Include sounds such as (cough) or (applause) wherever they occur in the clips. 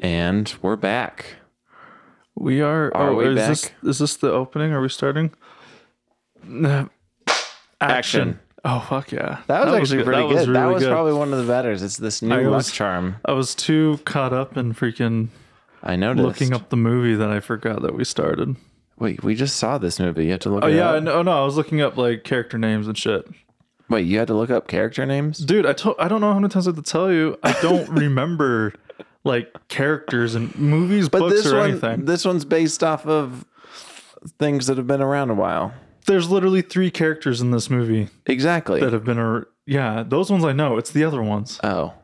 And we're back. We are. Are oh, we is back? this is this the opening? Are we starting? Action. (laughs) Action. Oh fuck yeah! That was actually good. pretty good. that really was probably one of the betters. It's this I new luck was- charm. I was too caught up in freaking I noticed. looking up the movie that I forgot that we started. Wait, we just saw this movie. You had to look. Oh it yeah, up? I know, no, I was looking up like character names and shit. Wait, you had to look up character names. Dude, I told I don't know how many times I have to tell you. I (laughs) don't remember like characters and movies, books, or one, anything. this one's based off of things that have been around a while. There's literally three characters in this movie Exactly. that have been. A, yeah, those ones I know. It's the other ones. oh,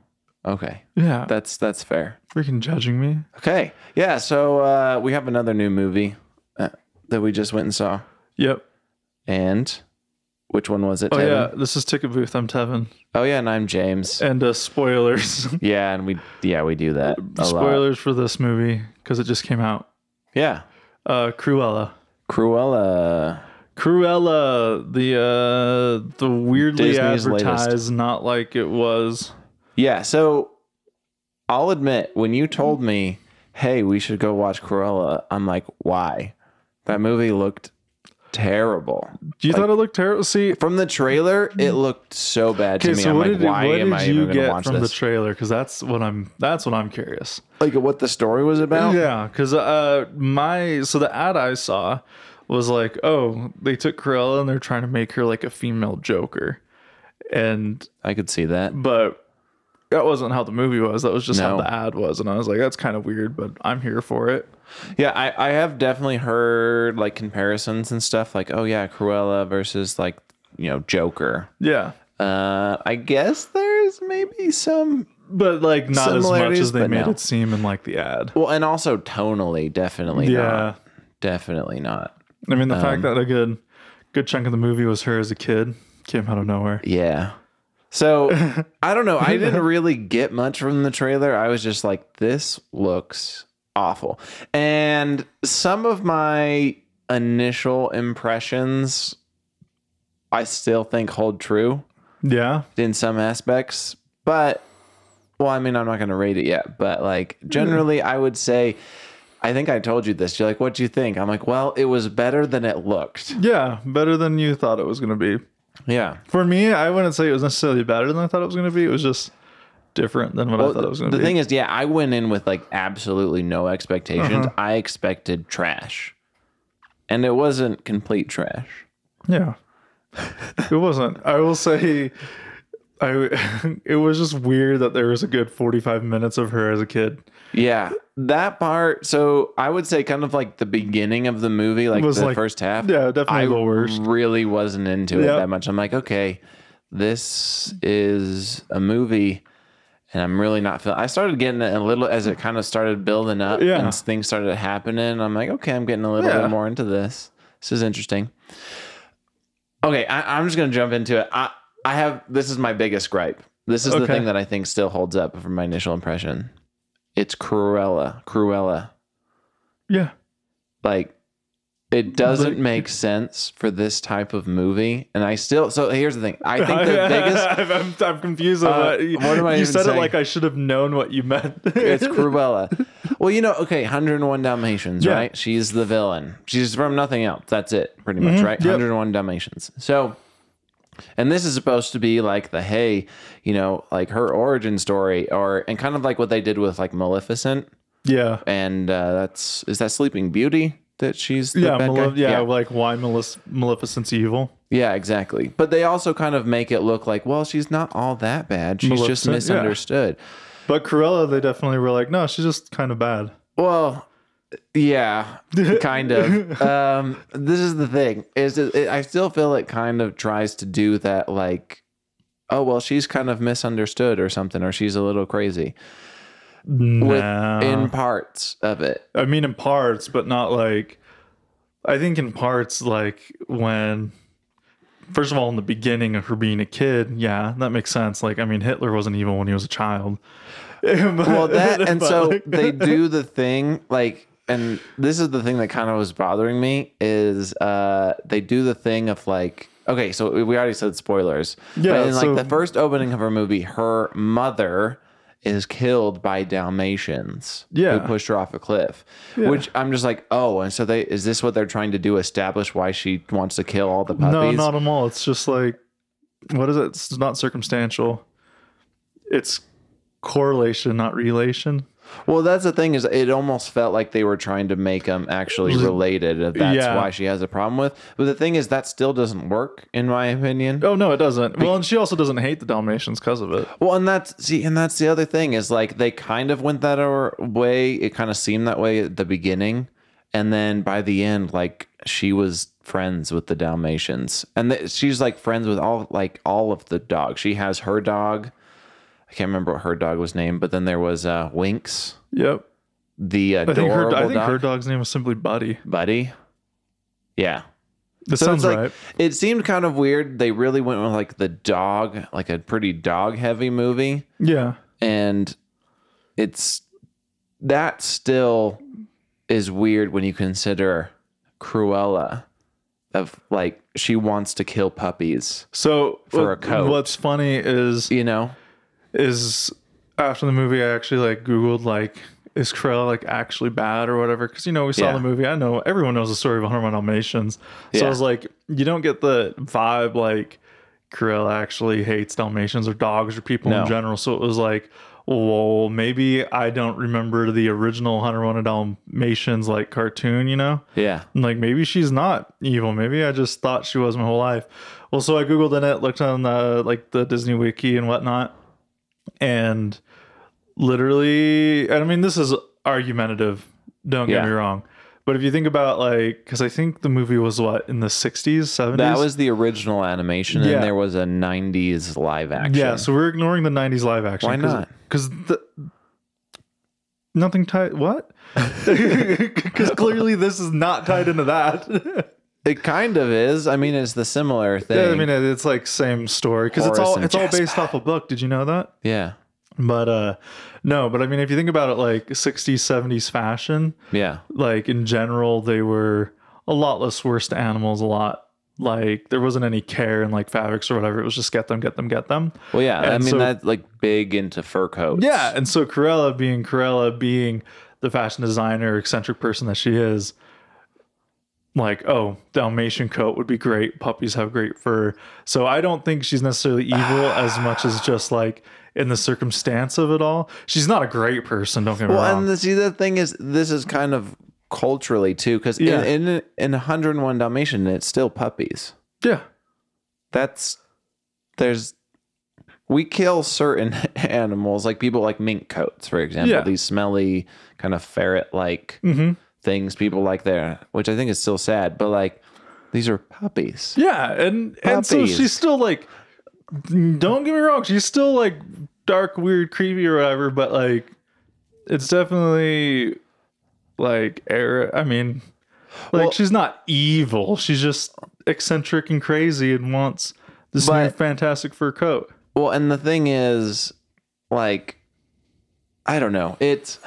okay. Yeah, That's that's fair. freaking judging me. Okay. Yeah. So uh, we have another new movie uh, that we just went and saw, Yep. and which one was it? Oh yeah, Tevin? this is Ticket Booth. I'm Tevin, Oh yeah, and I'm James. and uh, spoilers. (laughs) Yeah, and we yeah we do that a lot. spoilers for this movie because it just came out. Yeah, Uh, Cruella. Cruella. Cruella, the uh, the weirdly Disney's latest. advertised, not like it was. Yeah, so I'll admit when you told me, "Hey, we should go watch Cruella," I'm like, "Why?" That movie looked terrible. You thought it looked terrible. See, From the trailer, it looked so bad to okay, me. so I'm what like, did, "Why what am did I you even going to get watch from the this?" trailer? Because that's what I'm. That's what I'm curious. like what the story was about? Yeah, because uh, my so the ad I saw was like, oh, they took Cruella and they're trying to make her like a female Joker, and I could see that. but that wasn't how the movie was. That was just how No. the ad was, and I was like, that's kind of weird, but I'm here for it. Yeah, I, I have definitely heard like comparisons and stuff like, "Oh yeah, Cruella versus like, you know, Joker." Yeah, Uh, I guess there's maybe some but like not as much Similarities, as they but made no. it seem in like the ad. Well, and also tonally, definitely Yeah, not. Definitely not. I mean the fact that a good good chunk of the movie was her as a kid came out of nowhere. Yeah. So I don't know. I didn't really get much from the trailer. I was just like, this looks awful. And some of my initial impressions I still think hold true Yeah, in some aspects, but well, I mean, I'm not going to rate it yet, but like Mm-hmm. generally, I would say, I think I told you this. You're like, what do you think? I'm like, well, it was better than it looked. yeah, better than you thought it was gonna be. Yeah. For me, I wouldn't say it was necessarily better than I thought it was gonna be. It was just different than what I Well, thought it was the gonna be. thing is, yeah, I went in with like absolutely no expectations. Uh-huh. I expected trash, and it wasn't complete trash. Yeah. (laughs) It wasn't. I will say I (laughs) it was just weird that there was a good 45 minutes of her as a kid. Yeah, that part. So I would say, kind of like the beginning of the movie, like Was the like- first half. Yeah, definitely I the worst. really wasn't into it Yeah. that much. I'm like, okay, this is a movie, and I'm really not feeling. I started getting it a little as it kind of started building up, Yeah. and things started happening. and I'm like, okay, I'm getting a little Yeah. bit more into this. This is interesting. Okay, I, I'm just gonna jump into it. I I have this is my biggest gripe. This is the Okay. thing that I think still holds up from my initial impression. It's Cruella. Cruella. Yeah. Like it doesn't Like- make sense for this type of movie. And I still so here's the thing. I (laughs) think the biggest (laughs) I'm, I'm, I'm confused. on Uh, what, you- what am I you even said saying? it like I should have known what you meant. (laughs) it's Cruella. Well, you know, okay, 101 Dalmatians, Yeah. right? She's the villain. She's from nothing else. That's it, pretty much, right? Mm-hmm. Yep. 101 Dalmatians. So, and this is supposed to be like the hey, you know, like her origin story, or and kind of like what they did with like Maleficent, yeah. and uh, that's is that Sleeping Beauty that she's the Yeah, bad guy? Male- yeah, like why Malef- Maleficent's evil? Yeah, exactly. But they also kind of make it look like, well, she's not all that bad. She's just Maleficent, yeah. misunderstood. But Cruella, they definitely were like, no, she's just kind of bad. Well, yeah, kind of. Um, this is the thing is it, it, I still feel it kind of tries to do that, like, oh well, she's kind of misunderstood or something, or she's a little crazy with Nah. in parts of it. I mean, in parts, but not like. I think in parts, like when, first of all, in the beginning of her being a kid, yeah, that makes sense. Like, I mean, Hitler wasn't evil when he was a child. (laughs) Well, that and so like- they do the thing like and this is the thing that kind of was bothering me is uh they do the thing of like okay so we already said spoilers Yeah, but in so- like the first opening of her movie her mother is killed by dalmatians Yeah. who pushed her off a cliff Yeah. which i'm just like oh and so they is this what they're trying to do establish why she wants to kill all the No, puppies not at all. It's just like, what is it? It's not circumstantial. It's correlation, not relation. well that's the thing is it almost felt like they were trying to make them actually related and that's Yeah. why she has a problem with but the thing is that still doesn't work in my opinion Oh no, it doesn't. Well, and she also doesn't hate the Dalmatians because of it. Well, and that's see, and that's the other thing is like they kind of went that our way. It kind of seemed that way at the beginning, and then by the end, like she was friends with the Dalmatians, and th- she's like friends with all like all of the dogs. She has her dog. I can't remember what her dog was named, but then there was uh, Winks, Yep. the I think her. adorable I think dog, her dog's name was simply Buddy. Buddy. Yeah, That so sounds it's like right. it seemed kind of weird. They really went with like the dog, like a pretty dog heavy movie. Yeah. and it's that still is weird when you consider Cruella of like she wants to kill puppies, So For what- a coat. what's funny is you know? is after the movie, I actually like Googled like is Krell like actually bad or whatever? Because you know we saw Yeah. the movie. I know everyone knows the story of 101 Dalmatians. So I Yeah. was like, you don't get the vibe like Krell actually hates Dalmatians or dogs or people No. in general. So it was like, well, maybe I don't remember the original 101 Dalmatians like cartoon. You know. Yeah. I'm like maybe she's not evil. Maybe I just thought she was my whole life. Well, so I googled in it, looked on the like the Disney Wiki and whatnot, and literally, and I mean this is argumentative. Don't get Yeah. me wrong, but if you think about like, because I think the movie was what in the '60s, '70s. That was the original animation, Yeah. and there was a 90s live action. yeah. So we're ignoring the '90s live action. Why not? Because the nothing tied. What? (laughs) Because clearly this is not tied into that. (laughs) it kind of is. I mean, it's the similar thing. Yeah, I mean it- it's like same story because it's Horace all and it's all based off a book. Did you know that? yeah. But uh no, but I mean if you think about it like 60s 70s fashion, Yeah. like in general they were a lot less worse to animals a lot like there wasn't any care in like fabrics or whatever. It was just get them, get them, get them. Well, yeah. I And mean, so- that's like big into fur coats. Yeah, and so Corella being Corella being the fashion designer, eccentric person that she is, like, oh, Dalmatian coat would be great. Puppies have great fur. So I don't think she's necessarily evil as much as just like in the circumstance of it all. She's not a great person, don't get me Well, wrong. and the, see, the thing is, this is kind of culturally too, because Yeah. in, in in 101 Dalmatian, it's still puppies. yeah. That's there's we kill certain (laughs) animals, like people like mink coats, for example. Yeah. These smelly kind of ferret like hmm things people like there, which I think is still sad. But like these are puppies. Yeah. And and so Puppies. she's still like don't get me wrong, she's still like dark, weird, creepy or whatever, but like it's definitely like error. I mean, like Well- she's not evil. She's just eccentric and crazy and wants this new But- fantastic fur coat. Well, and the thing is, like, I don't know. It's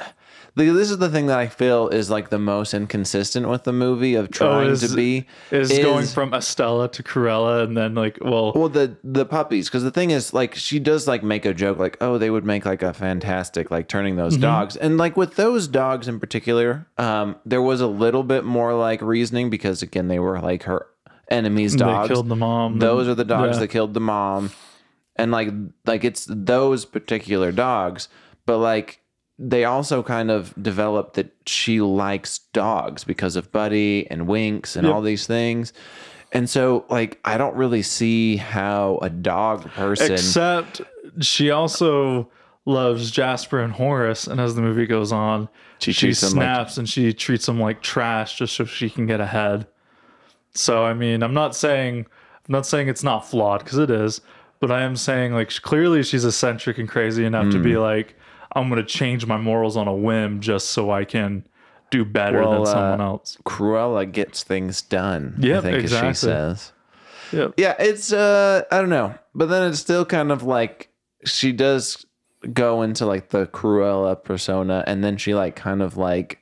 the, this is the thing that I feel is like the most inconsistent with the movie of trying Oh, is- to be Is, going is- from Estella to Corella and then like, well, well the the puppies because the thing is like she does like make a joke like oh they would make like a fantastic like turning those Mm-hmm. dogs and like with those dogs in particular um there was a little bit more like reasoning because again they were like her enemies dogs they killed the mom. those are the dogs Yeah. that killed the mom and like like it's those particular dogs but like they also kind of developed that she likes dogs because of buddy and winks and all these things and so like i don't really see how a dog person Except she also loves Jasper and Horace, and as the movie goes on, She she, treats them like- snaps and she treats them like trash just so she can get ahead. So I mean, I'm not saying I'm not saying it's not flawed because it is, but I am saying like clearly she's eccentric and crazy enough to Hmm. be like, I'm gonna change my morals on a whim just so I can do better Well, than uh, someone else. cruella gets things done i Yep, think exactly. as she says Yep. yeah it's uh i don't know but then it's still kind of like she does go into like the cruella persona and then she like kind of like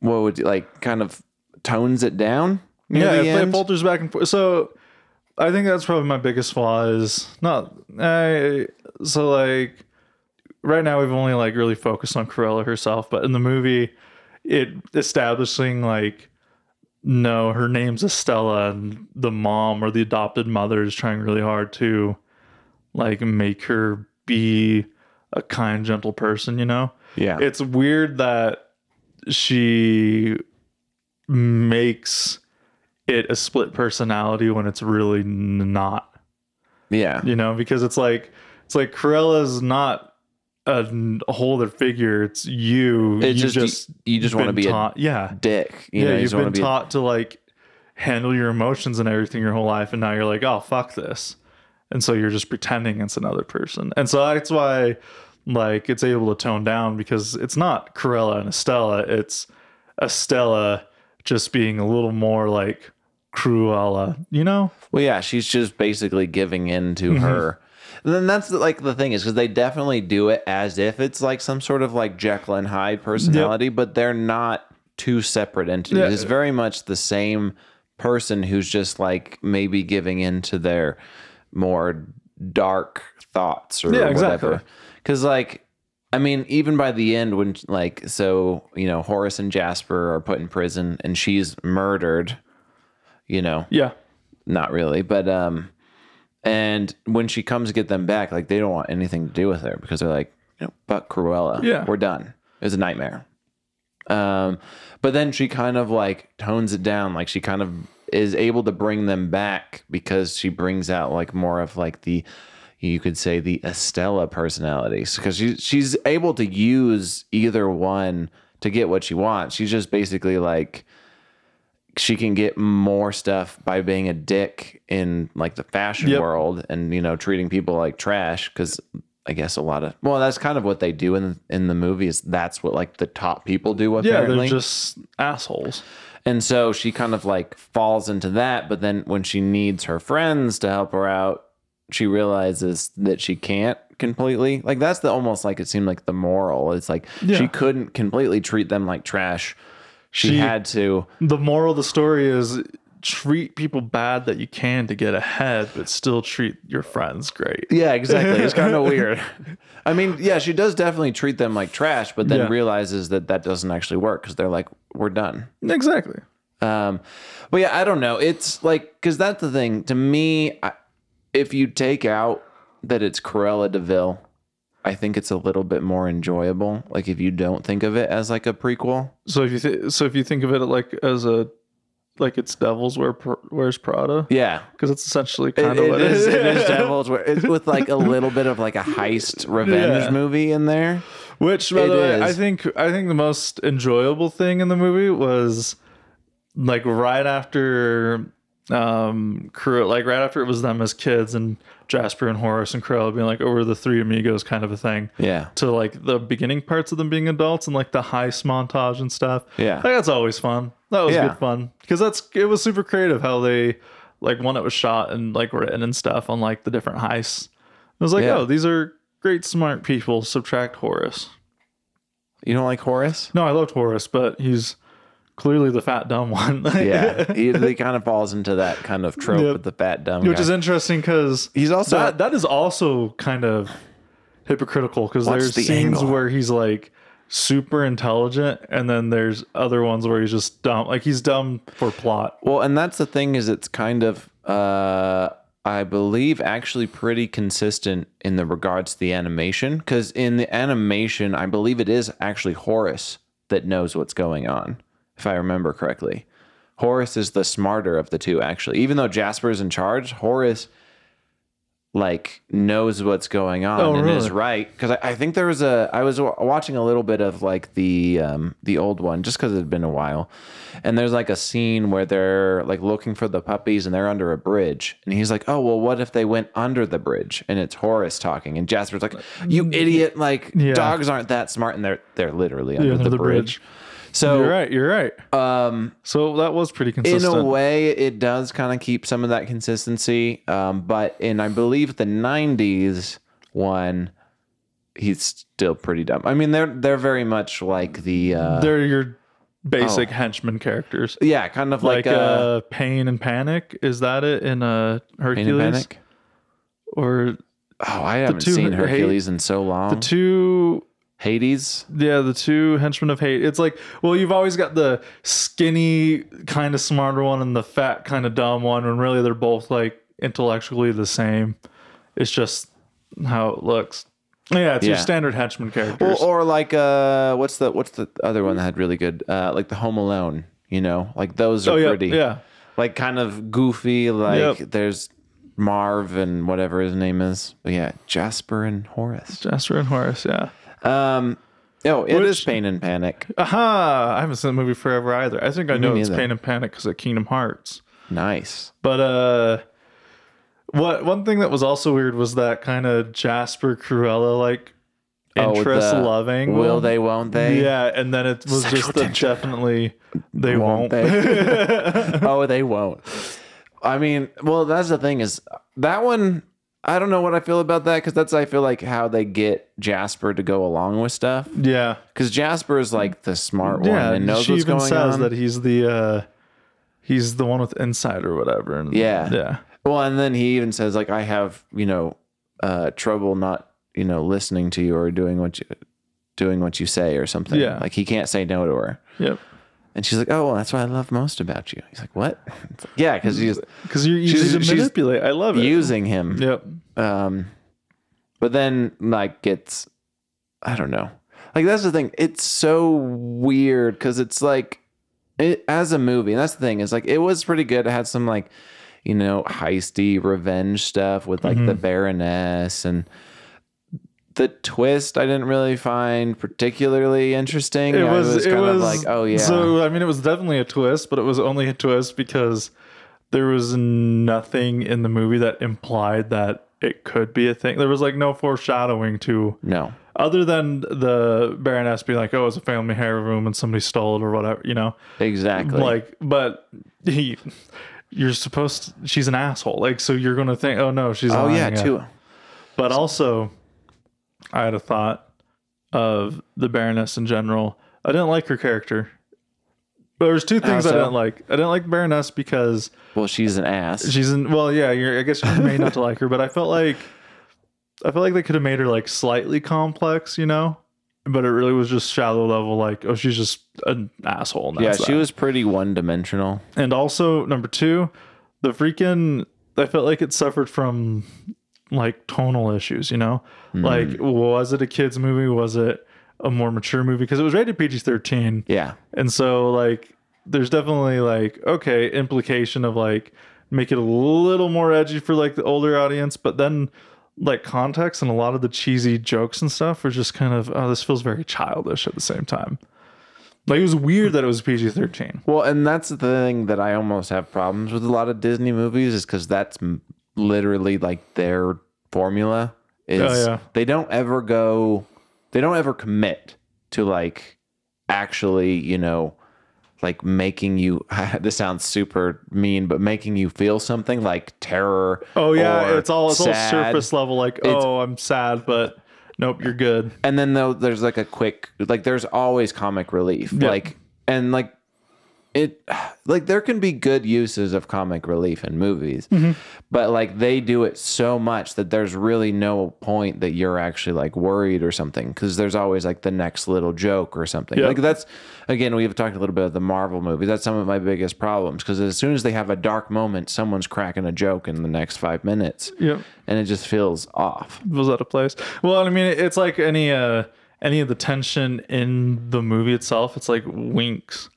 what would you like kind of tones it down? near Yeah, the it, it end? falters back and forth. So I think that's probably my biggest flaw is not. I, so like right now we've only like really focused on Corella herself, but in the movie, it establishing like no, her name's Estella, and the mom or the adopted mother is trying really hard to like make her be a kind, gentle person. You know, yeah. it's weird that she makes it a split personality when it's really n- not yeah. you know because it's like it's like Corella's not a n- whole other figure it's you It's you just, you, just want to been be taught yeah a dick. You yeah know, you you've just want been to be a- taught to like handle your emotions and everything your whole life and now you're like oh fuck this and so you're just pretending it's another person and so that's why like it's able to tone down because it's not Corella and Estella it's Estella just being a little more like Cruella you know Well, yeah, she's just basically giving in to Mm-hmm. her. And then that's the, like the thing is because they definitely do it as if it's like some sort of like Jekyll and Hyde personality, but they're not two separate entities. Yeah. It's very much the same person who's just like maybe giving in to their more dark thoughts or Yeah, exactly. whatever. Because like I mean, even by the end, when like so, you know, Horace and Jasper are put in prison, and she's murdered. You know, yeah not really but um and when she comes to get them back like they don't want anything to do with her because they're like you know fuck cruella Yeah. we're done it was a nightmare um but then she kind of like tones it down like she kind of is able to bring them back because she brings out like more of like the you could say the estella personality because she, she's able to use either one to get what she wants she's just basically like she can get more stuff by being a dick in like the fashion Yep. world and you know treating people like trash because i guess a lot of well that's kind of what they do in in the movie is that's what like the top people do yeah apparently they're just assholes and so she kind of like falls into that but then when she needs her friends to help her out she realizes that she can't completely like that's the almost like it seemed like the moral it's like Yeah. she couldn't completely treat them like trash she She- had to the moral of the story is treat people bad that you can to get ahead, but still treat your friends great. Yeah, exactly. It's (laughs) kind of weird. I mean, yeah, she does definitely treat them like trash, but then Yeah. realizes that that doesn't actually work because they're like, we're done. Exactly. Um, but yeah, I don't know. It's like, because that's the thing. To me, I, if you take out that it's Corella DeVille, I think it's a little bit more enjoyable. Like, if you don't think of it as like a prequel. So if you th- so if you think of it like as a like it's Devils Wear Pr- Wears Prada Yeah. because it's essentially It, kind of it what is, it is Devil's Wear- it's with like a little bit of like a heist revenge Yeah. movie in there. (laughs) Which, by It the way, is. I think I think the most enjoyable thing in the movie was like right after um Cruella, like right after it was them as kids and Jasper and Horace and Cruella being like, "Oh, we're the three amigos," kind of a thing. Yeah. to like the beginning parts of them being adults and like the heist montage and stuff. Yeah. Like, that's always fun. That was Yeah. good fun because that's it was super creative how they like one it was shot and like written and stuff on like the different heists. I was like, Yeah. oh, these are great smart people. Subtract Horace. You don't like Horace? No, I loved Horace, but he's clearly the fat dumb one. (laughs) yeah, he, he kind of falls into that kind of trope Yep. with the fat dumb which guy. is interesting because He's also that that is also kind of hypocritical because What's there's the scenes angle? where he's like super intelligent and then there's other ones where he's just dumb like he's dumb for plot well, and that's the thing is it's kind of uh, I believe actually pretty consistent in the regards to the animation because in the animation I believe it is actually Horace that knows what's going on if I remember correctly. Horace is the smarter of the two actually, even though Jasper's in charge. Horace like knows what's going on Oh, and is really? right because I, I think there was a I was wa- watching a little bit of like the um the old one just because it had been a while and there's like a scene where they're like looking for the puppies and they're under a bridge and he's like oh well what if they went under the bridge and it's Horace talking and Jasper's like you idiot like Mm. Yeah. dogs aren't that smart and they're they're literally under, under the, the bridge. bridge. so you're right you're right um so that was pretty in consistent a way it does kind of keep some of that consistency um, but in i believe the 90s one he's still pretty dumb i mean they're they're very much like the uh, they're your basic henchman characters. Yeah, kind of Like, like, uh, uh, Pain and Panic. Is that it in uh, Pain and Hercules? Panic. Or Oh, I haven't two- seen hey, Hercules in so long. the two Hades. Yeah, the two henchmen of hate. It's like, well, you've always got the skinny, kind of smarter one and the fat, kind of dumb one, when really they're both like intellectually the same. It's just how it looks. Yeah, it's your Yeah. standard henchman Or, characters. or like uh, what's the what's the other one that had really good uh, like the Home Alone. You know, like those are oh, yeah. pretty. Yeah. Like kind of goofy. Like Yep. there's Marv and whatever his name is. But yeah, Jasper and Horace. Jasper and Horace. Yeah. Um, no, it is Which- Pain and Panic. Aha. I haven't seen the movie forever either. I think I know it's neither. Pain and Panic because of Kingdom Hearts. Nice. But uh what one thing that was also weird was that kind of Jasper Cruella like Oh, with interest the loving. Will one. they? Won't they? Yeah, and then it was Sexual just that tension. definitely they Won't won't. (laughs) oh, they won't. I mean, well, that's the thing is that one. I don't know what I feel about that because that's I feel like how they get Jasper to go along with stuff (laughs) yeah. because Jasper is like the smart Yeah. one and knows she what's even going says on. that he's the uh he's the one with insight or whatever. And Yeah. Yeah. well, and then he even says like I have you know uh, trouble not you know listening to you or doing what you doing what you say or something. Yeah. like he can't say no to her. Yep. And she's like, "Oh, well, that's what I love most about you." He's like, "What?" (laughs) It's like, yeah, because he's Because you're She's- easy to she's manipulate. I love it. using him. Yep. Um, but then like gets, I don't know. Like that's the thing. It's so weird because it's like, it as a movie. And that's the thing is like it was pretty good. It had some like, you know, heisty revenge stuff with like Mm-hmm. the Baroness and the twist. I didn't really find particularly interesting. It I was, it kind was of like, oh yeah, So I mean, it was definitely a twist, but it was only a twist because there was nothing in the movie that implied that it could be a thing. There was like no foreshadowing to no, other than the Baroness being like, "Oh, it's a family hair room and somebody stole it or whatever," you know. exactly. Like, but he, you're supposed. to- she's an asshole. Like, so you're gonna think, "Oh no, she's." oh lying. yeah, too. But also, I had a thought of the Baroness in general. I didn't like her character. But there's two things I Ah, so? didn't like. I didn't like Baroness because Well, she's an ass. she's in. Well, yeah, you're, I guess you may not to like her, but I felt like I felt like they could have made her like slightly complex, you know. But it really was just shallow level. Like, oh, she's just an asshole. And yeah, that's she that. was pretty one dimensional. And also number two, the freaking I felt like it suffered from like tonal issues, you know? Like was it a kids movie? Was it a more mature movie? Because it was rated PG thirteen. Yeah. And so like there's definitely like, okay, implication of like make it a little more edgy for like the older audience, but then like context and a lot of the cheesy jokes and stuff were just kind of oh, this feels very childish at the same time. Like it was weird that it was PG thirteen. Well, and that's the thing that I almost have problems with a lot of Disney movies is because that's m- literally like their formula. Is Oh, yeah. they don't ever go, they don't ever commit to like actually, you know, like making you. (laughs) This sounds super mean, but making you feel something like terror. Oh yeah, or it's all it's sad. all surface level. Like, oh, I'm sad, but nope, you're good. and then though there's like a quick like there's always comic relief like and like it like there can be good uses of comic relief in movies but like they do it so much that there's really no point that you're actually like worried or something because there's always like the next little joke or something Yeah. like that's again we've talked a little bit of the marvel movies that's some of my biggest problems because as soon as they have a dark moment someone's cracking a joke in the next five minutes Yep, and it just feels off was out of place. Well, I mean, it's like any uh any of the tension in the movie itself. It's like winks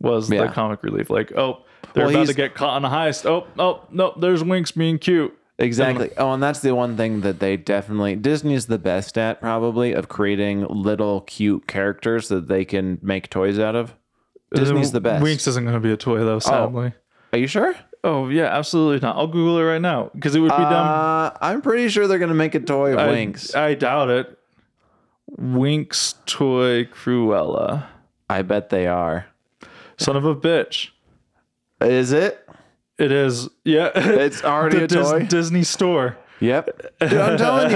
was the Yeah. comic relief. Like, oh, they're Well, about to he's- get caught on a heist. Oh, oh, no, there's winks being cute. Exactly. Oh, and that's the one thing that they definitely Disney is the best at probably of creating little cute characters that they can make toys out of. Disney's the best. Oh. Winks isn't going to be a toy though, sadly. Are you sure? Oh, yeah, absolutely not. I'll Google it right now because it would be dumb. Uh, I'm pretty sure they're gonna make a toy of I- Winx. I doubt it. Winks toy Cruella. I bet they are. Son of a bitch. Is it? It is. Yeah. It's already the a Dis- toy. Disney store. Yep. Dude, I'm (laughs) telling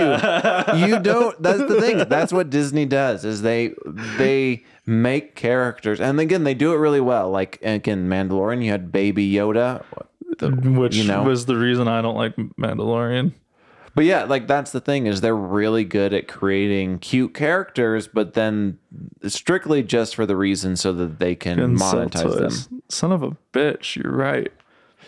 you, you don't. That's the thing. That's what Disney does. Is they they make characters, and again, they do it really well. Like again, Mandalorian, you had Baby Yoda, the- which you know. was the reason I don't like Mandalorian. but yeah, like that's the thing is they're really good at creating cute characters, but then strictly just for the reason so that they can And so monetize them. it's- Son of a bitch, you're right.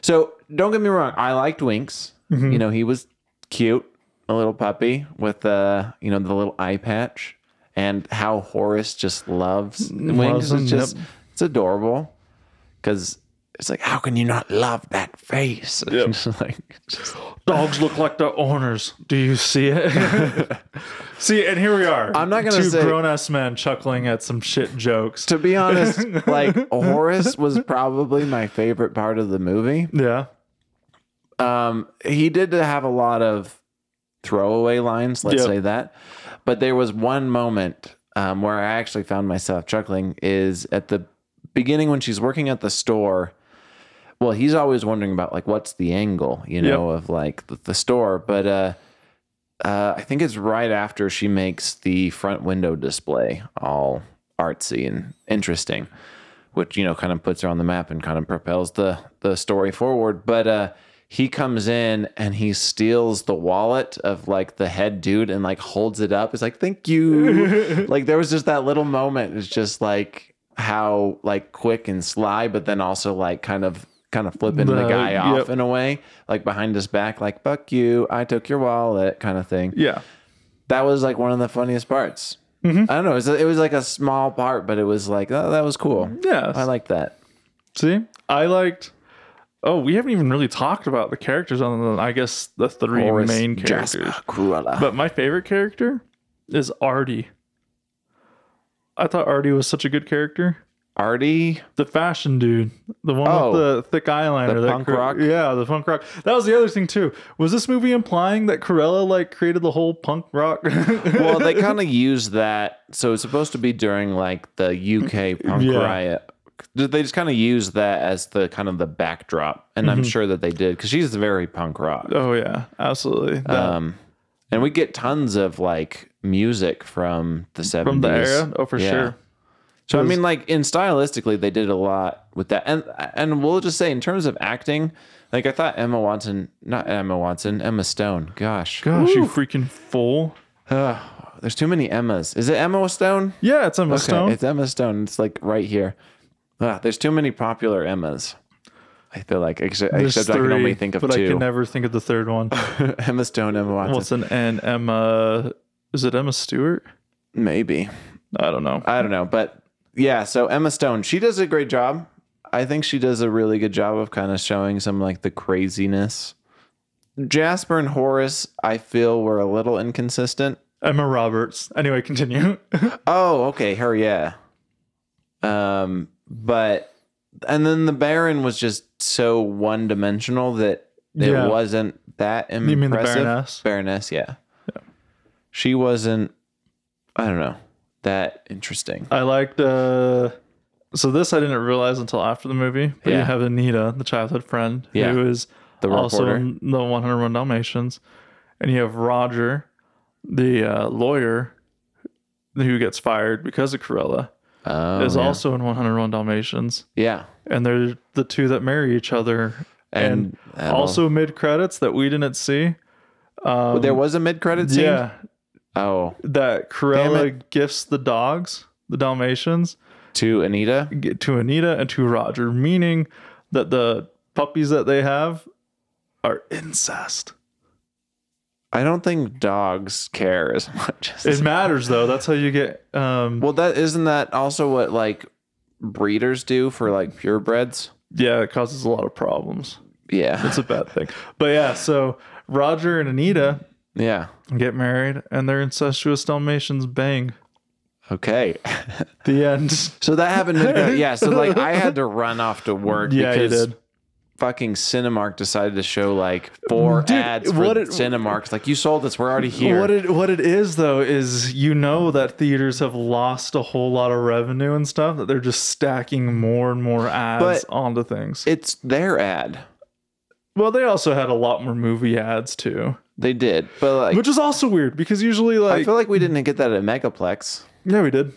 So don't get me wrong, I liked Winks. Mm-hmm. You know, he was cute, a little puppy with uh, you know, the little eye patch, and how Horace just loves Winks Mm, him, is just yep. it's adorable because. It's like, how can you not love that face? (laughs) like, just- Dogs look like their owners. Do you see (laughs) it? see, and here we are. I'm not gonna two say- grown ass men chuckling at some shit jokes. to be honest, like Horace was probably my favorite part of the movie. yeah, Um, he did have a lot of throwaway lines, let's Yep. say that. But there was one moment um, where I actually found myself chuckling is at the beginning when she's working at the store. Well, he's always wondering about like what's the angle, you know, of like the, the store. But uh, uh, I think it's right after she makes the front window display all artsy and interesting, which you know kind of puts her on the map and kind of propels the the story forward. But uh, he comes in and he steals the wallet of like the head dude and like holds it up. It's like thank you. like there was just that little moment. It's just like how like quick and sly, but then also like kind of kind of flipping the, The- guy off yep. in a way, like behind his back, like "fuck you, I took your wallet" kind of thing. yeah. That was like one of the funniest parts. I don't know. It was, it was like a small part, but it was like oh, that was cool. Yes. I like that. See, I liked. Oh, we haven't even really talked about the characters other than I guess the three Horace, main characters. Jasper, Cruella. But my favorite character is Artie. I thought Artie was such a good character. Artie, The fashion dude, the one Oh. with the thick eyeliner, The that punk rock? yeah, the punk rock. That was the other thing too. Was this movie implying that Corella like created the whole punk rock? (laughs) well, they kind of used that. So it's supposed to be during like the UK punk (laughs) Yeah. riot. They just kind of used that as the kind of the backdrop, and Mm-hmm. I'm sure that they did because she's very punk rock. oh yeah, absolutely. That- Um, and we get tons of like music from the 70s. from the era, oh for Yeah. sure. So I mean, like in stylistically, they did a lot with that, and and we'll just say in terms of acting, like I thought Emma Watson, not Emma Watson, Emma Stone. Gosh, Gosh, you freaking fool! Ugh, there's too many Emmas. Is it Emma Stone? Yeah, it's Emma Okay, Stone. it's Emma Stone. It's like right here. Ugh, there's too many popular Emmas. I feel like except, There's except I can only three, think of but (laughs) I two: can never think of the (laughs) third one. Emma Stone, Emma Watson. Wilson and Emma. Is it Emma Stewart? Maybe I don't know. I don't know, but yeah. So Emma Stone, she does a great job. I think she does a really good job of kind of showing some like the craziness. Jasper and Horace, I feel were a little inconsistent. Emma Roberts. Anyway, continue. Oh, okay, her yeah. Um, but and then the Baron was just so one dimensional that it Yeah. wasn't that impressive. you mean the Baroness? Baroness, yeah. She wasn't. I don't know that interesting. I liked. uh So this I didn't realize until after the movie. But you Yeah. have Anita, the childhood friend, Yeah. who is The also reporter. in the 101 Dalmatians, and you have Roger, the uh, lawyer, who gets fired because of Corella, Oh, is yeah. also in 101 Dalmatians, yeah. and they're the two that marry each other. And, and also mid credits that we didn't see. Um, there was a mid credit scene. yeah, Oh, that Corella gifts the dogs, the Dalmatians, to Anita. g- to Anita and to Roger, meaning that the puppies that they have are incest. I don't think dogs care as (laughs) much. As It matters though. That's how you get. Um, well, that isn't that also what like breeders do for like purebreds. yeah, it causes a lot of problems. Yeah, It's a bad thing. But yeah, so Roger and Anita yeah. get married, and their incestuous Dalmatians bang. Okay, (laughs) The end. so that happened. mid- (laughs) yeah, so like I had to run off to work Yeah, you because did. fucking Cinemark decided to show like four Dude, ads for what it- Cinemark. It's Like you sold this, we're already here. What it what it is though is you know that theaters have lost a whole lot of revenue and stuff that they're just stacking more and more ads But- onto things. it's their ad. well, they also had a lot more movie ads too, They did, but like which is also weird because usually I like feel like we didn't get that at Megaplex. yeah we did.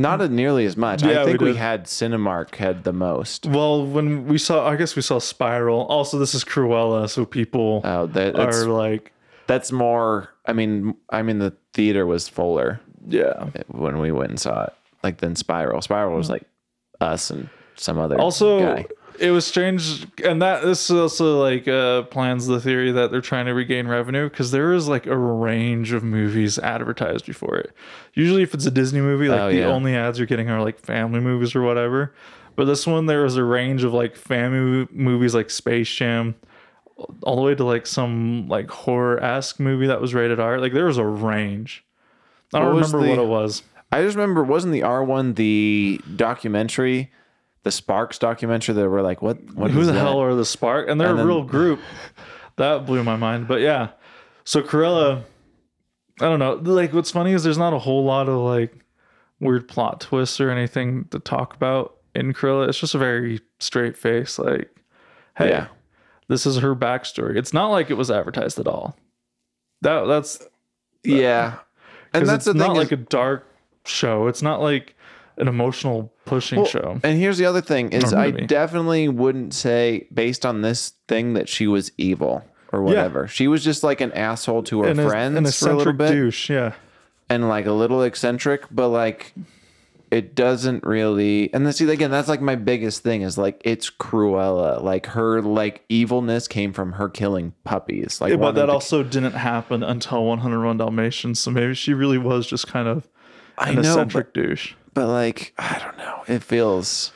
Not a, nearly as much. Yeah, I we think we, did. had Cinemark had the most. Well, when we saw, I guess we saw Spiral. Also, this is Cruella, so people Oh, that, that's are like, that's more. I mean, I mean the theater was fuller yeah. when we went and saw it. Like then Spiral. Spiral was like us and some other Also, guy. it was strange, and that this is also like uh, plans the theory that they're trying to regain revenue because there is like a range of movies advertised before it. Usually, if it's a Disney movie, like Oh, the yeah. only ads you're getting are like family movies or whatever. But this one, there was a range of like family movies, like Space Jam, all the way to like some like horror esque movie that was rated R. Like there was a range. I don't What was remember what the- it was. I just remember wasn't the R one the documentary, the Sparks documentary that were like what what Who is the that? hell are the Spark? And they're And a then- real group. that blew my mind. But yeah. So Corella, I don't know. Like what's funny is there's not a whole lot of like weird plot twists or anything to talk about in Corella. It's just a very straight face, like, hey, Yeah. this is her backstory. It's not like it was advertised at all. That that's Yeah. And 'cause that's it's the not thing. like is- a dark show. It's not like an emotional pushing show. and here's the other thing is Or I movie. definitely wouldn't say based on this thing that she was evil or whatever. She was just like an asshole to her And a- friends an for a little eccentric bit douche, yeah. and like a little eccentric, but like it doesn't really and then see again that's like my biggest thing is like it's Cruella. Like her like evilness came from her killing puppies. Like Yeah, but wanting that to also didn't happen until 101 Dalmatians. So maybe she really was just kind of I an know, eccentric douche. but like I don't know. It feels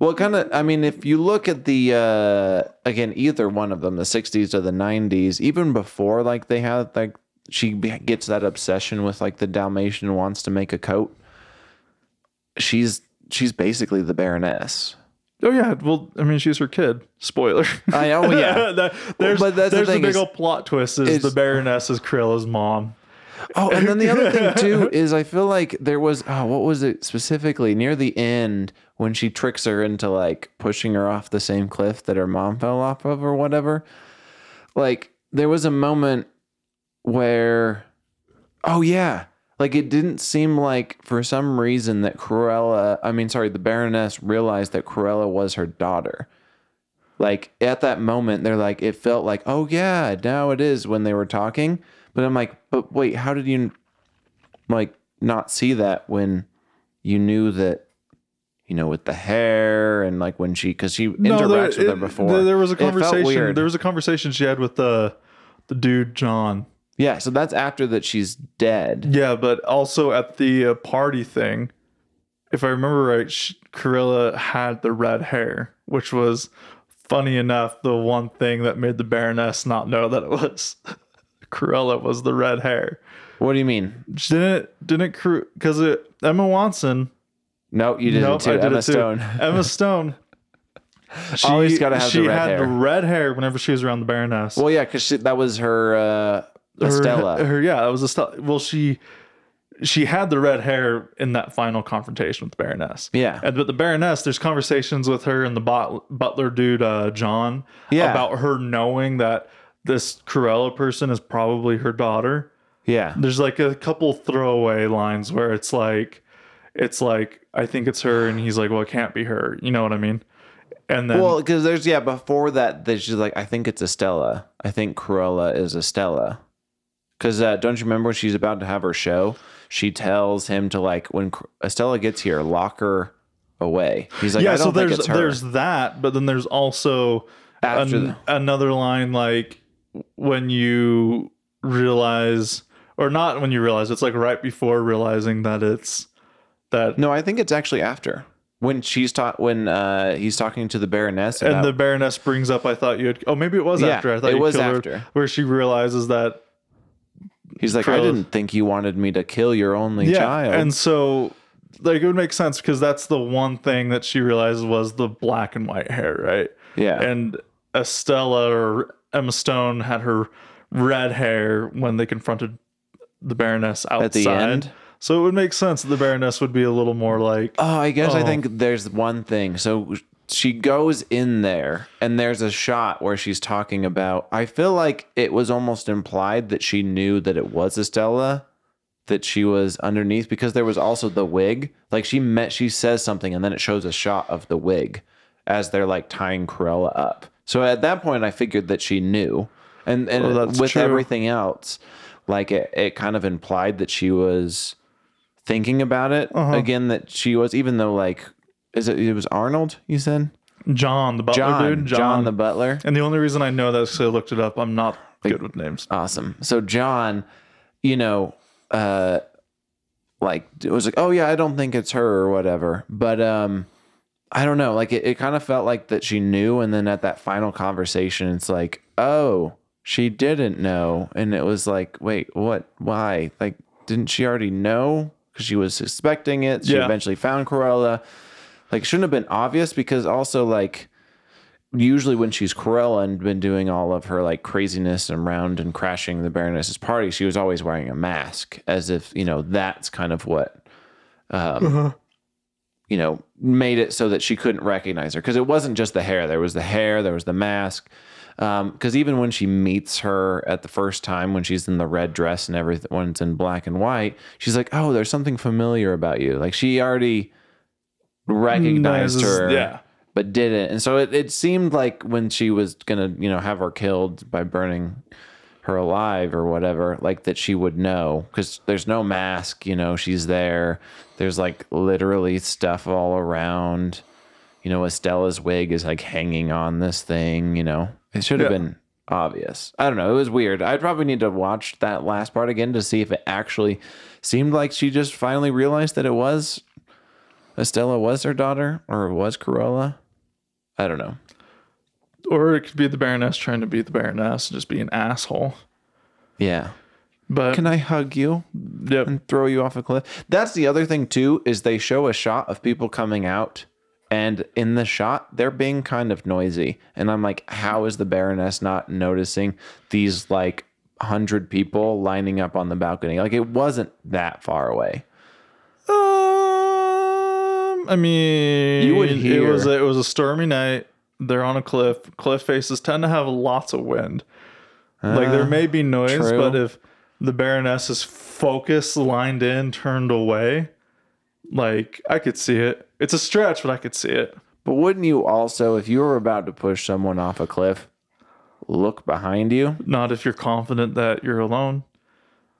well, kind of. I mean, if you look at the uh again, either one of them, the '60s or the '90s, even before like they had like she be- gets that obsession with like the Dalmatian wants to make a coat. She's she's basically the Baroness. Oh yeah, well, I mean, she's her kid. (laughs) Spoiler. I know, Oh, Oh, (laughs) yeah. That- there's but that's the there's the, thing big is- old plot twist is is- the Baroness is Krilla's mom. Oh, and then the other thing too is I feel like there was oh, what was it specifically near the end when she tricks her into like pushing her off the same cliff that her mom fell off of or whatever. Like there was a moment where oh yeah, like it didn't seem like for some reason that Cruella, I mean sorry, the Baroness realized that Cruella was her daughter. Like at that moment, they're like, it felt like, oh yeah, now it is when they were talking. But I'm like, but wait, how did you like not see that when you knew that, you know, with the hair and like when she, because she interacts there, with her it- before. There, there was a It felt conversation. weird. There was a conversation she had with the the dude John. yeah, so that's after that she's dead. Yeah, but also at the uh, party thing, if I remember right, sh Corilla had the red hair, which was funny enough the one thing that made the Baroness not know that it was (laughs) Corilla was the red hair. What do you mean? Didn't didn't because it Emma Watson. No, you did No, it too. I did Emma it too. Stone. (laughs) Emma Stone. She, Always gotta have the she red had hair. the red hair whenever she was around the Baroness. Well, yeah, because that was her uh, Her- Estella. her- yeah, that was Estella. Well, she she had the red hair in that final confrontation with the Baroness. Yeah. And but the Baroness, there's conversations with her and the bot, butler dude uh, John Yeah. about her knowing that this Corella person is probably her daughter. yeah. There's like a couple throwaway lines where it's like, it's like I think it's her, and he's like, well, it can't be her. You know what I mean? And then Well, because there's yeah before that, there's just like I think it's Estella. I think Cruella is Estella. Because uh, don't you remember when she's about to have her show? She tells him to like when Cr- Estella gets here, lock her away. He's like, yeah, I don't so think there's it's her. there's that, but then there's also After an- the- another line like when you realize or not when you realize it's like right before realizing that it's that no, I think it's actually after when she's taught when uh, he's talking to the Baroness and about- the Baroness brings up I thought you had oh maybe it was Yeah, after I thought it you was killed after. her where she realizes that he's like, I Cruella- didn't think you wanted me to kill your only yeah child. and so like it would make sense because that's the one thing that she realized was the black and white hair right yeah, and Estella or Emma Stone had her red hair when they confronted the Baroness outside. at the end. So it would make sense that the Baroness would be a little more like Oh, I guess I Oh. think there's one thing. So she goes in there, and there's a shot where she's talking about. I feel like it was almost implied that she knew that it was Estella that she was underneath because there was also the wig. Like she met, she says something, and then it shows a shot of the wig as they're like tying Corella up. So at that point, I figured that she knew, and and Oh, that's with true. everything else, like it, it kind of implied that she was thinking about it Uh-huh. again. That she was, even though like, is it? It was Arnold. You said John, the butler John, dude. John, the butler. and the only reason I know that is 'cause I looked it up. I'm not good with names. Awesome. So John, you know, uh like it was like, oh yeah, I don't think it's her or whatever. But um I don't know, like it, it kind of felt like that she knew and then at that final conversation it's like, oh, she didn't know. And it was like, wait, what? Why? Like, didn't she already know? Because she was suspecting it. She Yeah. eventually found Corella. Like, it shouldn't have been obvious because also like usually when she's Corella and been doing all of her like craziness and round and crashing the Baroness's party, she was always wearing a mask as if, you know, that's kind of what, um, you know, made it so that she couldn't recognize her. Cause it wasn't just the hair. There was the hair, there was the mask. Um, cause even when she meets her at the first time, when she's in the red dress and everyone's in black and white, she's like, oh, there's something familiar about you. Like she already recognized Nice. her Yeah. but didn't. And so it, it seemed like when she was gonna, you know, have her killed by burning her alive or whatever, like that she would know because there's no mask, you know, she's there. There's like literally stuff all around. You know, Estella's wig is like hanging on this thing, you know. It should have Yeah. been obvious. I don't know. It was weird. I'd probably need to watch that last part again to see if it actually seemed like she just finally realized that it was Estella was her daughter or was Corolla. I don't know. Or it could be the Baroness trying to be the Baroness and just be an asshole. Yeah. But Can I hug you yep. and throw you off a cliff? That's the other thing too is they show a shot of people coming out and in the shot they're being kind of noisy and I'm like how is the baroness not noticing these like 100 people lining up on the balcony? Like it wasn't that far away. Um, I mean, You would It was hear- a, it was a stormy night. They're on a cliff. Cliff faces tend to have lots of wind. like there may be noise, Ah, true. but if the Baroness is focused, lined in, turned away, like I could see it. It's a stretch, but I could see it. But wouldn't you also if you were about to push someone off a cliff look behind you? Not if you're confident that you're alone.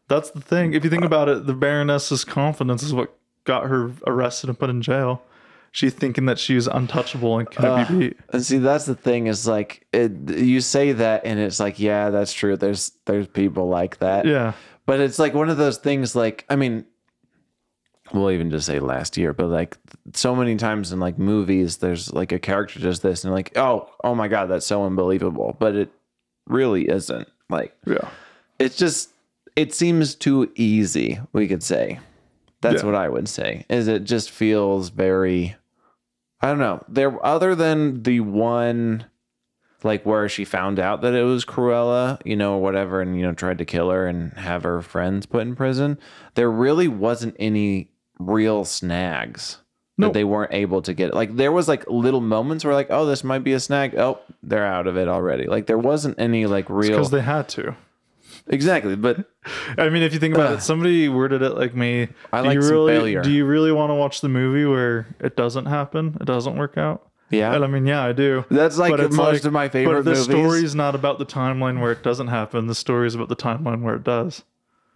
That's the thing. If you Uh, think about it, the Baroness's confidence is what got her arrested and put in jail. She thinking that she was untouchable and couldn't be beat. And see, that's the thing is like it, you say that, and it's like, yeah, that's true. There's there's people like that, Yeah. but it's like one of those things. Like, I mean, we'll even just say last year, but like so many times in like movies, there's like a character does this, and like, oh, oh my god, that's so unbelievable, but it really isn't. Like, Yeah. it's just it seems too easy we could say that's Yeah. what i would say is it just feels very i don't know there other than the one like where she found out that it was Cruella, you know, whatever, and you know, tried to kill her and have her friends put in prison. There really wasn't any real snags No. that they weren't able to get. Like there was like little moments where like, oh, this might be a snag. Oh, they're out of it already. Like there wasn't any like real Because they had to. exactly, but I mean, if you think about it, somebody worded it like me. I do like you some really, failure. Do you really want to watch the movie where it doesn't happen? It doesn't work out? Yeah. And I mean, yeah, I do. That's like But it's most of my favorite But the movies. story's not about the timeline where it doesn't happen. The story's about the timeline where it does.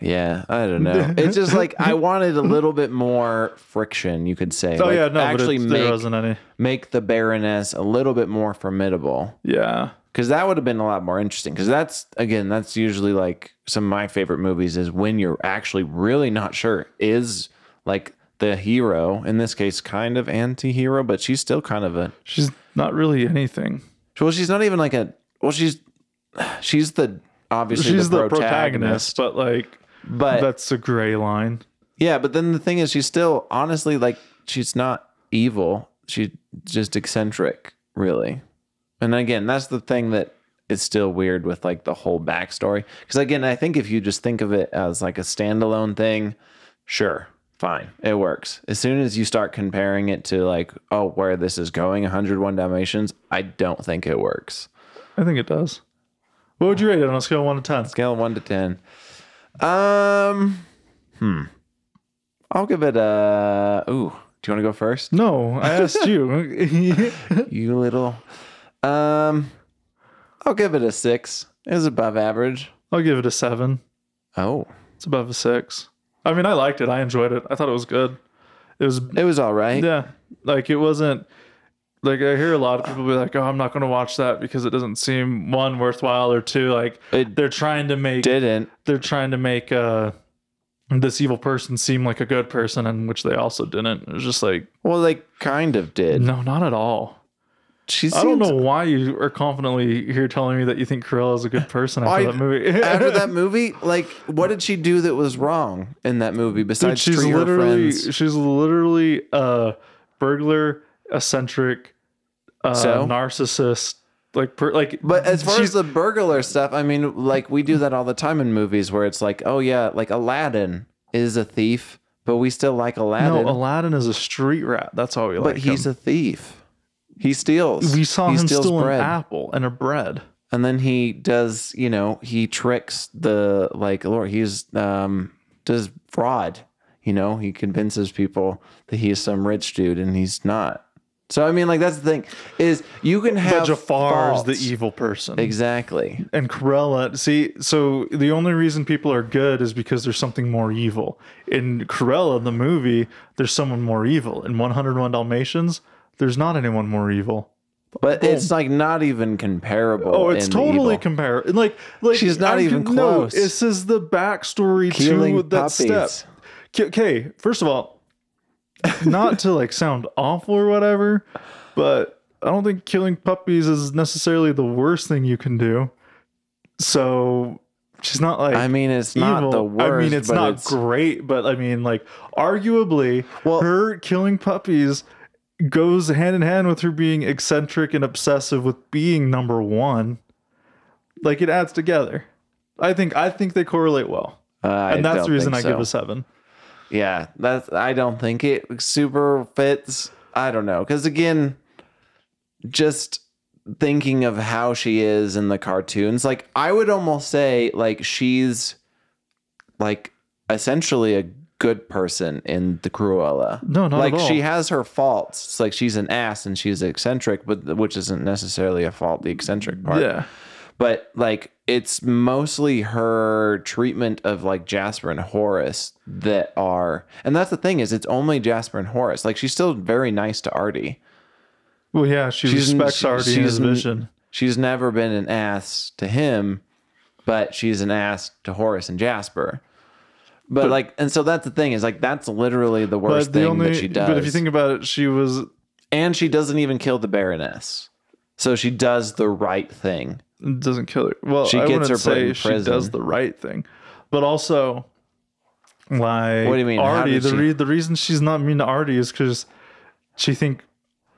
Yeah, I don't (laughs) know. It's just like I wanted a little bit more friction, you could say. Oh, Like, yeah, no, actually but it, there make, wasn't any. make the Baroness a little bit more formidable. Yeah. Because that would have been a lot more interesting. Because that's again, that's usually like some of my favorite movies is when you're actually really not sure is like the hero in this case kind of anti-hero, but she's still kind of a She's not really anything. well, she's not even like a well, she's (sighs) she's the obviously She's the the protagonist, protagonist, but like, but that's a gray line. Yeah, but then the thing is, she's still honestly like she's not evil. She's just eccentric, really. And again, that's the thing that is still weird with like the whole backstory. Because again, I think if you just think of it as like a standalone thing, sure, fine, it works. As soon as you start comparing it to like, oh, where this is going, 101 Dalmatians, I don't think it works. I think it does. What would you rate it on a scale of 1 to 10? Scale of one to ten. Um, I'll give it a. Ooh, do you want to go first? No, I asked you. (laughs) You little. Um, I'll give it a six. It was above average. I'll give it a seven. Oh, It's above a six. I mean, I liked it. I enjoyed it. I thought it was good. It was, it was all right. yeah, like it wasn't. Like I hear a lot of people be like, "Oh, I'm not going to watch that because it doesn't seem one worthwhile or two like It they're trying to make didn't. they're trying to make uh this evil person seem like a good person, and which they also didn't. It was just like, Well, they kind of did. no, not at all. She I don't seems- know why you are confidently here telling me that you think Cruella is a good person after I- that movie. After (laughs) that movie, like, what did she do that was wrong in that movie Dude, besides she's treat her literally friends? she's literally a burglar, eccentric, uh, So? narcissist. Like, per, like, But as far she's- as the burglar stuff, I mean, like we do that all the time in movies where it's like, oh yeah, like Aladdin is a thief, but we still like Aladdin. no, Aladdin is a street rat. That's all we like. but he's him. a thief. He steals. we saw he him steals steal bread, an apple and a bread. and then he does. You know, he tricks the like Lord. He's um does fraud. You know, he convinces people that he is some rich dude, and he's not. So I mean, like that's the thing is you can have But Jafar is faults. the evil person. Exactly. and Corella, see, so the only reason people are good is because there's something more evil. In Corella, the movie, there's someone more evil. In 101 Dalmatians, there's not anyone more evil. But it's like not even comparable. Oh, it's in the totally evil. compare. Like, like She's not even con- no, close. this is the backstory Killing to that step. puppies. K- Okay, first of all, not to like sound awful or whatever, but I don't think killing puppies is necessarily the worst thing you can do. So she's not like I mean, it's evil. not the worst. I mean, it's but not it's- great, but I mean, like, arguably, Well- her killing puppies goes hand in hand with her being eccentric and obsessive with being number one. Like, it adds together. I think I think they correlate well, uh, I and that's don't the reason I think give so. a seven. Yeah, that's. I don't think it super fits. I don't know, because again, just thinking of how she is in the cartoons, like I would almost say, like she's like essentially a good person in the Cruella. No, not like at all. she has her faults. It's like she's an ass and she's eccentric, but which isn't necessarily a fault. The eccentric part, yeah, but like it's mostly her treatment of like Jasper and Horace that are and that's the thing is it's only Jasper and Horace. Like she's still very nice to Artie. well, yeah, she She's- respects she- Artie and his she's- vision. She's never been an ass to him, but she's an ass to Horace and Jasper. But, like and so that's the thing is like that's literally the worst But the thing only, that she does. but if you think about it, she was and she doesn't even kill the Baroness. So she does the right thing. doesn't kill her. Well, She I gets wouldn't her put say in she prison. does the right thing, but also, like, What do you mean? How Artie, did the she- re- the reason she's not mean to Artie is because she think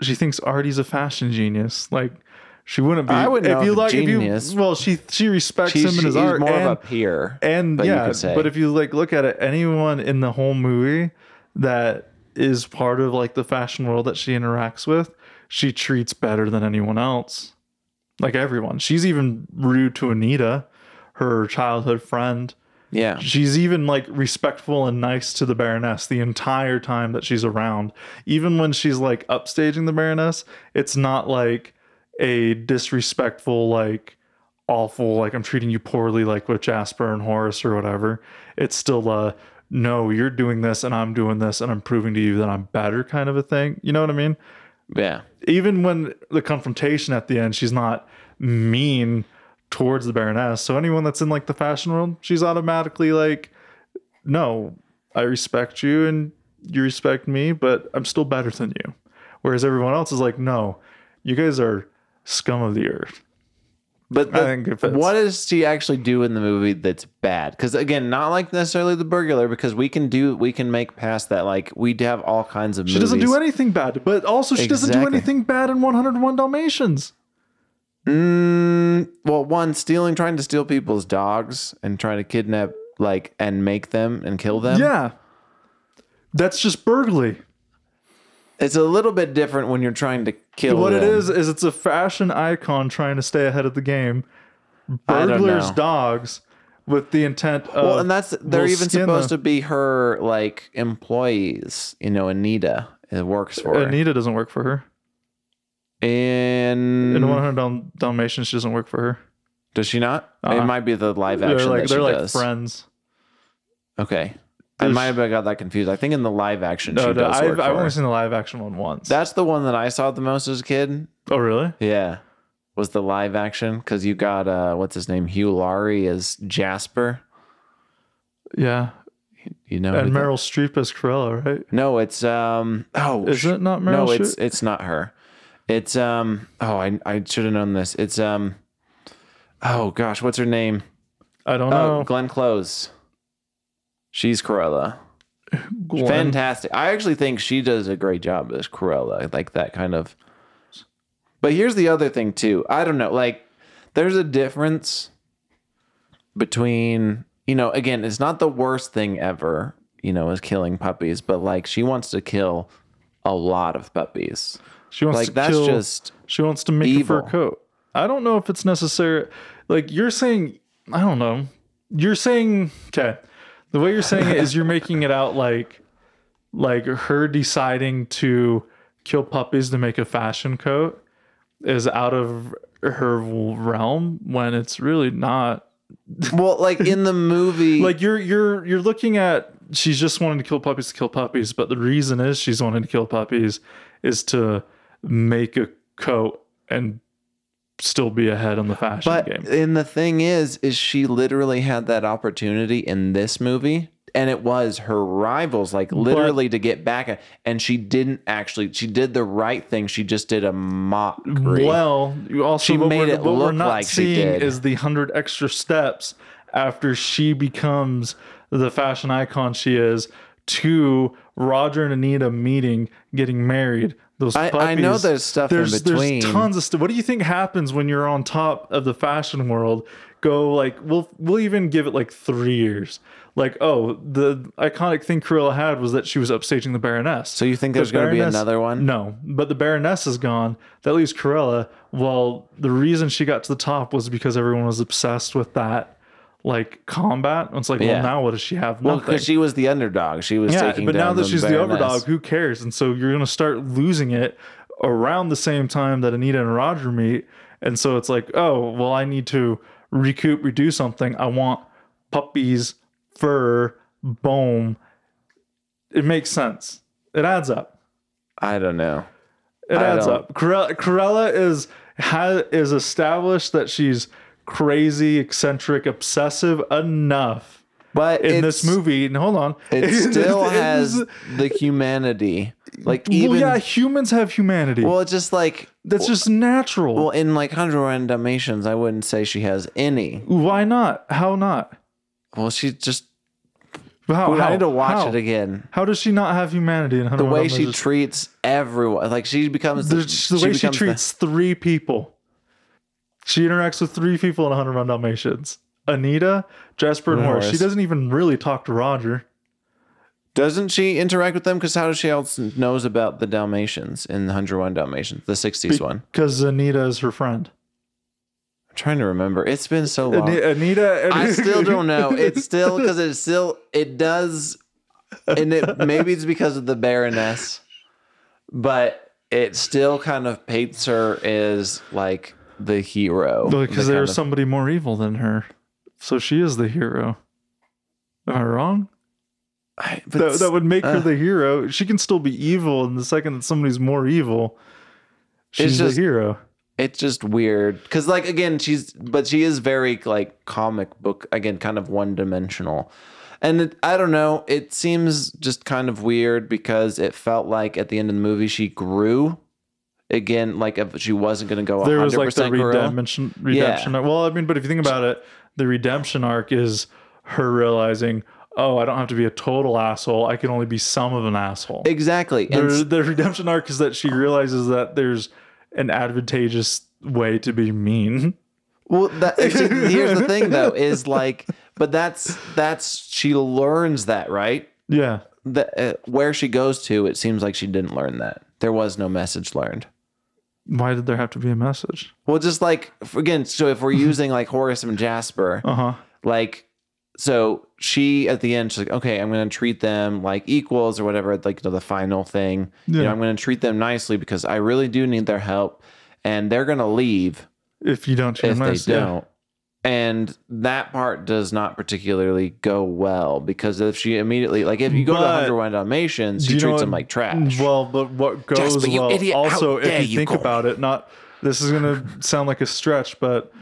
she thinks Artie's a fashion genius. Like, she wouldn't be. I wouldn't know if If genius. you, well, she she respects She's, him and his she's art, more and, of a peer. and but you yeah, could say. but if you like look at it, anyone in the whole movie that is part of like the fashion world that she interacts with, she treats better than anyone else. Like everyone. She's even rude to Anita, her childhood friend. yeah. She's even like respectful and nice to the Baroness the entire time that she's around. Even when she's like upstaging the Baroness, it's not like a disrespectful, like awful, like I'm treating you poorly, like with Jasper and Horace or whatever. It's still a no, you're doing this and I'm doing this and I'm proving to you that I'm better kind of a thing. You know what I mean? Yeah. even when the confrontation at the end, she's not mean towards the Baroness. So anyone that's in like the fashion world, she's automatically like, no, I respect you and you respect me, but I'm still better than you. Whereas everyone else is like, no, you guys are scum of the earth. But I the- think it fits. what does she actually do in the movie that's bad? Because again, not like necessarily the burglar, because we can do we can make past that. Like we have all kinds of. She doesn't do anything bad, but also she doesn't do Exactly. anything bad in 101 Dalmatians. Mm, well, one stealing, trying to steal people's dogs and trying to kidnap, like, and make them and kill them. Yeah. That's just burglary. it's a little bit different when you're trying to kill. What it them. is is it's a fashion icon trying to stay ahead of the game. I don't Burglars know. dogs with the intent of Well, and that's they're we'll even skin supposed them. to be her like employees. You know, Anita it works for her. Anita doesn't work for her. And In 100 Dal- Dalmatians, she doesn't work for her. does she not? It Uh-uh. might be the live They're action like that she they're like does. friends. Okay, I There's- might have got that confused. I think in the live action she No, no, does I've, work I've for her. only seen the live action one once. That's the one that I saw the most as a kid. oh really? Yeah. Was the live action because you got uh what's his name? Hugh Laurie as Jasper. Yeah. You know, And who the- Meryl Streep as Cruella, right? no, it's um oh Is sh- it not Meryl no, Streep? it's it's not her. It's um oh I I should have known this. It's um oh gosh, what's her name? I don't Oh, know. Glenn Close. She's Cruella. Gwen. Fantastic. I actually think she does a great job as Cruella, like that kind of. But here's the other thing too. I don't know. Like, there's a difference between you know. Again, it's not the worst thing ever. You know, is killing puppies, but like she wants to kill a lot of puppies. She wants Like to that's kill, just She wants to make a evil. fur coat. I don't know if it's necessary. Like you're saying, I don't know. You're saying okay. The way you're saying it is you're making it out like, like her deciding to kill puppies to make a fashion coat is out of her realm when it's really not. well, like in the (laughs) movie, Like you're you're you're looking at she's just wanting to kill puppies to kill puppies, but the reason is she's wanting to kill puppies is to make a coat and still be ahead on the fashion But game. and the thing is, is she literally had that opportunity in this movie, and it was her rivals, like literally to get back at, and she didn't actually. She did the right thing. She just did a mockery. Well, you also She what made we're, it what we're look not like she seeing did. is the hundred extra steps after she becomes the fashion icon she is to Roger and Anita meeting, getting married. Those I, I know puppies- there's stuff there's in between. there's tons of stuff. What do you think happens when you're on top of the fashion world? Go like we'll we'll even give it like three years. Like oh, the iconic thing Cruella had was that she was upstaging the Baroness. So you think there's going to be another one? No, but the Baroness is gone. That leaves Corella. Well, the reason she got to the top was because everyone was obsessed with that, like combat. It's like, Yeah. well, now what does she have? Well, Nothing. because she was the underdog. She was yeah, taking. but now down that the she's the Baroness. overdog, who cares? And so you're gonna start losing it around the same time that Anita and Roger meet, and so it's like, oh, well, I need to recoup, redo something. I want puppies, fur, bone. It makes sense. It adds up. I don't know. It I adds don't- up. Corella, Corella is ha, is established that she's crazy, eccentric, obsessive enough But in it's, this movie. And hold on, (laughs) it still It (laughs) has is- the humanity. Like Well, even well, yeah, humans have humanity. it's just like That's just natural. well in like Hundred and Dalmatians, I wouldn't say she has any. Why not? How not? Well, she just. How? I Oh, how, need to watch how? it again. How does she not have humanity? In The way she treats everyone, like she becomes the, the way she becomes treats three people. She interacts with three people in 100 Run Dalmatians. Anita, Jasper, and And Horace. She Horace. doesn't even really talk to Roger. doesn't she interact with them? Because how does she else knows about the Dalmatians in the Hundred One Dalmatians, the sixties one? Because Anita is her friend. I'm trying to remember. It's been so long. Ani- Anita. I still (laughs) don't know. It's still because it still it does, and it maybe it's because of the Baroness, but it still kind of paints her as like the hero Because The there kind was of- somebody more evil than her. So she is the hero. Am I wrong? I- but That, that would make her uh, the hero. She can still be evil, and the second that somebody's more evil, she's just- the hero. it's just weird because like again she's but she is very like comic book again kind of one dimensional and it, i don't know it seems just kind of weird because it felt like at the end of the movie she grew again like if she wasn't going to go 100% there was like the gorilla. redemption redemption arc. well i mean but if you think about it the redemption arc is her realizing oh i don't have to be a total asshole i can only be some of an asshole exactly and the, the redemption arc is that she realizes that there's an advantageous way to be mean Well, that, (laughs) see, here's the thing though is like, but that's that's she learns that right. yeah The, uh, where she goes to, it seems like she didn't learn that. There was no message learned. why did there have to be a message Well, just like f- again, so if we're using like Horace and Jasper, uh-huh like so she at the end she's like okay i'm gonna treat them like equals or whatever like you know, the final thing you know Yeah. i'm gonna treat them nicely because i really do need their help and they're gonna leave If you don't treat if them nice, they yeah. don't and that part does not particularly go well because if she immediately like if you go to But- 101 dalmatians Do she you know treats what- them like trash Well, but what goes Jasper, you well idiot, also how dare if you you think call about it, not this is gonna sound like a stretch, but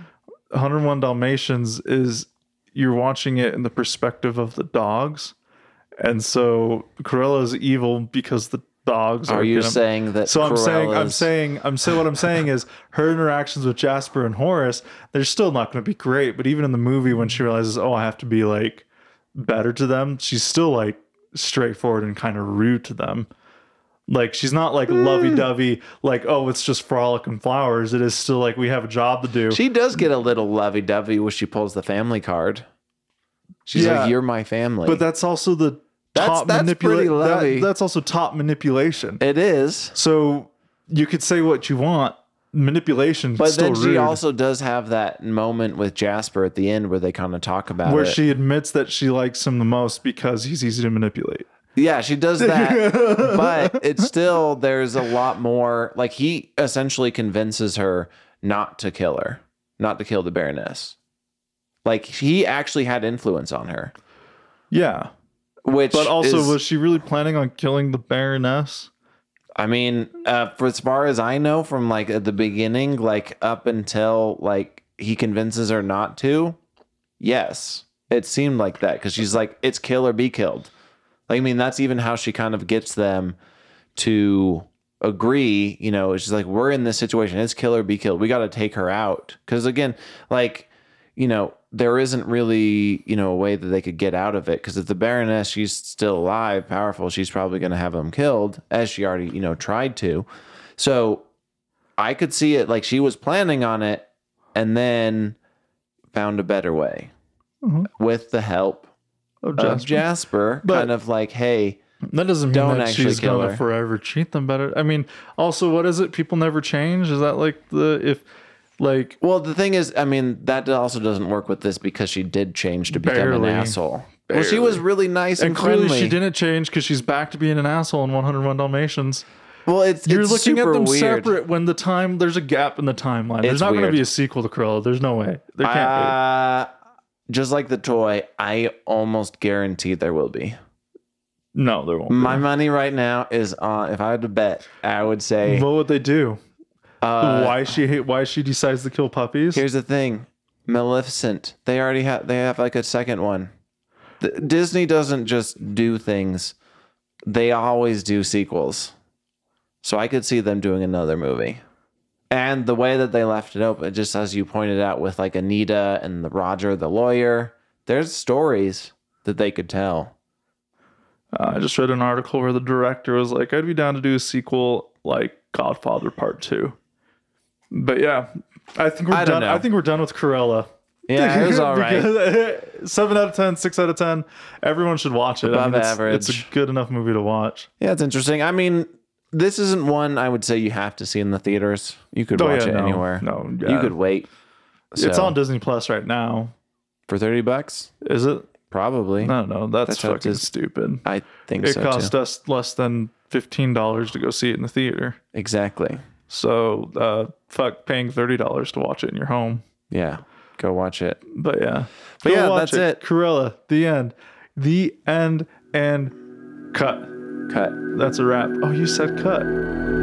101 Dalmatians is you're watching it in the perspective of the dogs. And so Corella's evil because the dogs are, are you gonna- saying that so I'm saying I'm Corella's- saying I'm so what I'm saying is her interactions with Jasper and Horace, they're still not gonna be great, but even in the movie when she realizes, oh, I have to be like better to them, she's still like straightforward and kind of rude to them. Like she's not like Mm. lovey dovey, like, oh, it's just frolic and flowers. It is still like we have a job to do. she does get a little lovey-dovey when she pulls the family card she's Yeah. like you're my family but that's also the That's- top that's pretty manipulation. lovey. that's also top manipulation. it is So you could say what you want. Manipulation, But still then she rude. also does have that moment with Jasper at the end where they kind of talk about where it. she admits that she likes him the most because he's easy to manipulate. yeah, she does (laughs) that. but it's still there's a lot more like he essentially convinces her not to kill her, not to kill the baroness. Like he actually had influence on her, Yeah. which But also, is- was she really planning on killing the Baroness? I mean, uh, for as far as I know, from like at the beginning, like up until like he convinces her not to, yes, it seemed like that because she's like, it's kill or be killed. Like, I mean, that's even how she kind of gets them to agree. You know, it's just like we're in this situation. It's kill or be killed. We got to take her out because again, like you know, there isn't really you know a way that they could get out of it because if the Baroness she's still alive, powerful, she's probably going to have them killed as she already you know tried to. So I could see it like she was planning on it and then found a better way Mhm. with the help Oh, of Jasper. Jasper, But- kind of like, hey, that doesn't mean Uh, Don't that actually she's kill gonna her. forever treat them better. I mean, also, what is it? People never change. Is that like the if like well, the thing is, I mean, that also doesn't work with this because she did change to become Barely. an asshole. Well, she was really nice and, and clearly friendly. she didn't change because she's back to being an asshole in 101 Dalmatians. Well, it's You're it's looking at super them weird. separate when the time there's a gap in the timeline. It's there's not going weird. to be a sequel to Cruella. There's no way. There can't be. Uh, just like the toy, I almost guarantee there will be. No, there won't. be. My money right now is on. If I had to bet, I would say. What would they do? uh, why she hate? Why she decides to kill puppies? Here's the thing, Maleficent. They already have. They have like a second one. Th- Disney doesn't just do things; they always do sequels. So I could see them doing another movie. And the way that they left it open, just as you pointed out, with like Anita and the Roger the lawyer, there's stories that they could tell. Uh, I just read an article where the director was like, "I'd be down to do a sequel like Godfather Part 2. But yeah, I think we're I don't done. know. I think we're done with Cruella. Yeah, it (laughs) was all right. Because- Seven out of ten, six out of ten. Everyone should watch it. Above it's, average. It's a good enough movie to watch. Yeah, it's interesting. I mean, this isn't one I would say you have to see in the theaters. You could Oh, watch yeah, it no, anywhere. No, You yeah. could wait. It's So- on Disney Plus right now. For 30 bucks? Is it? Probably. I don't know. That's, That's how it fucking is. stupid. I think It so cost too. us less than fifteen dollars to go see it in the theater. Exactly. So uh, fuck paying thirty dollars to watch it in your home. Yeah. Go watch it. But yeah, But Go yeah, watch that's it. Cruella, the end, the end, and cut. Cut. That's a wrap. Oh, you said cut.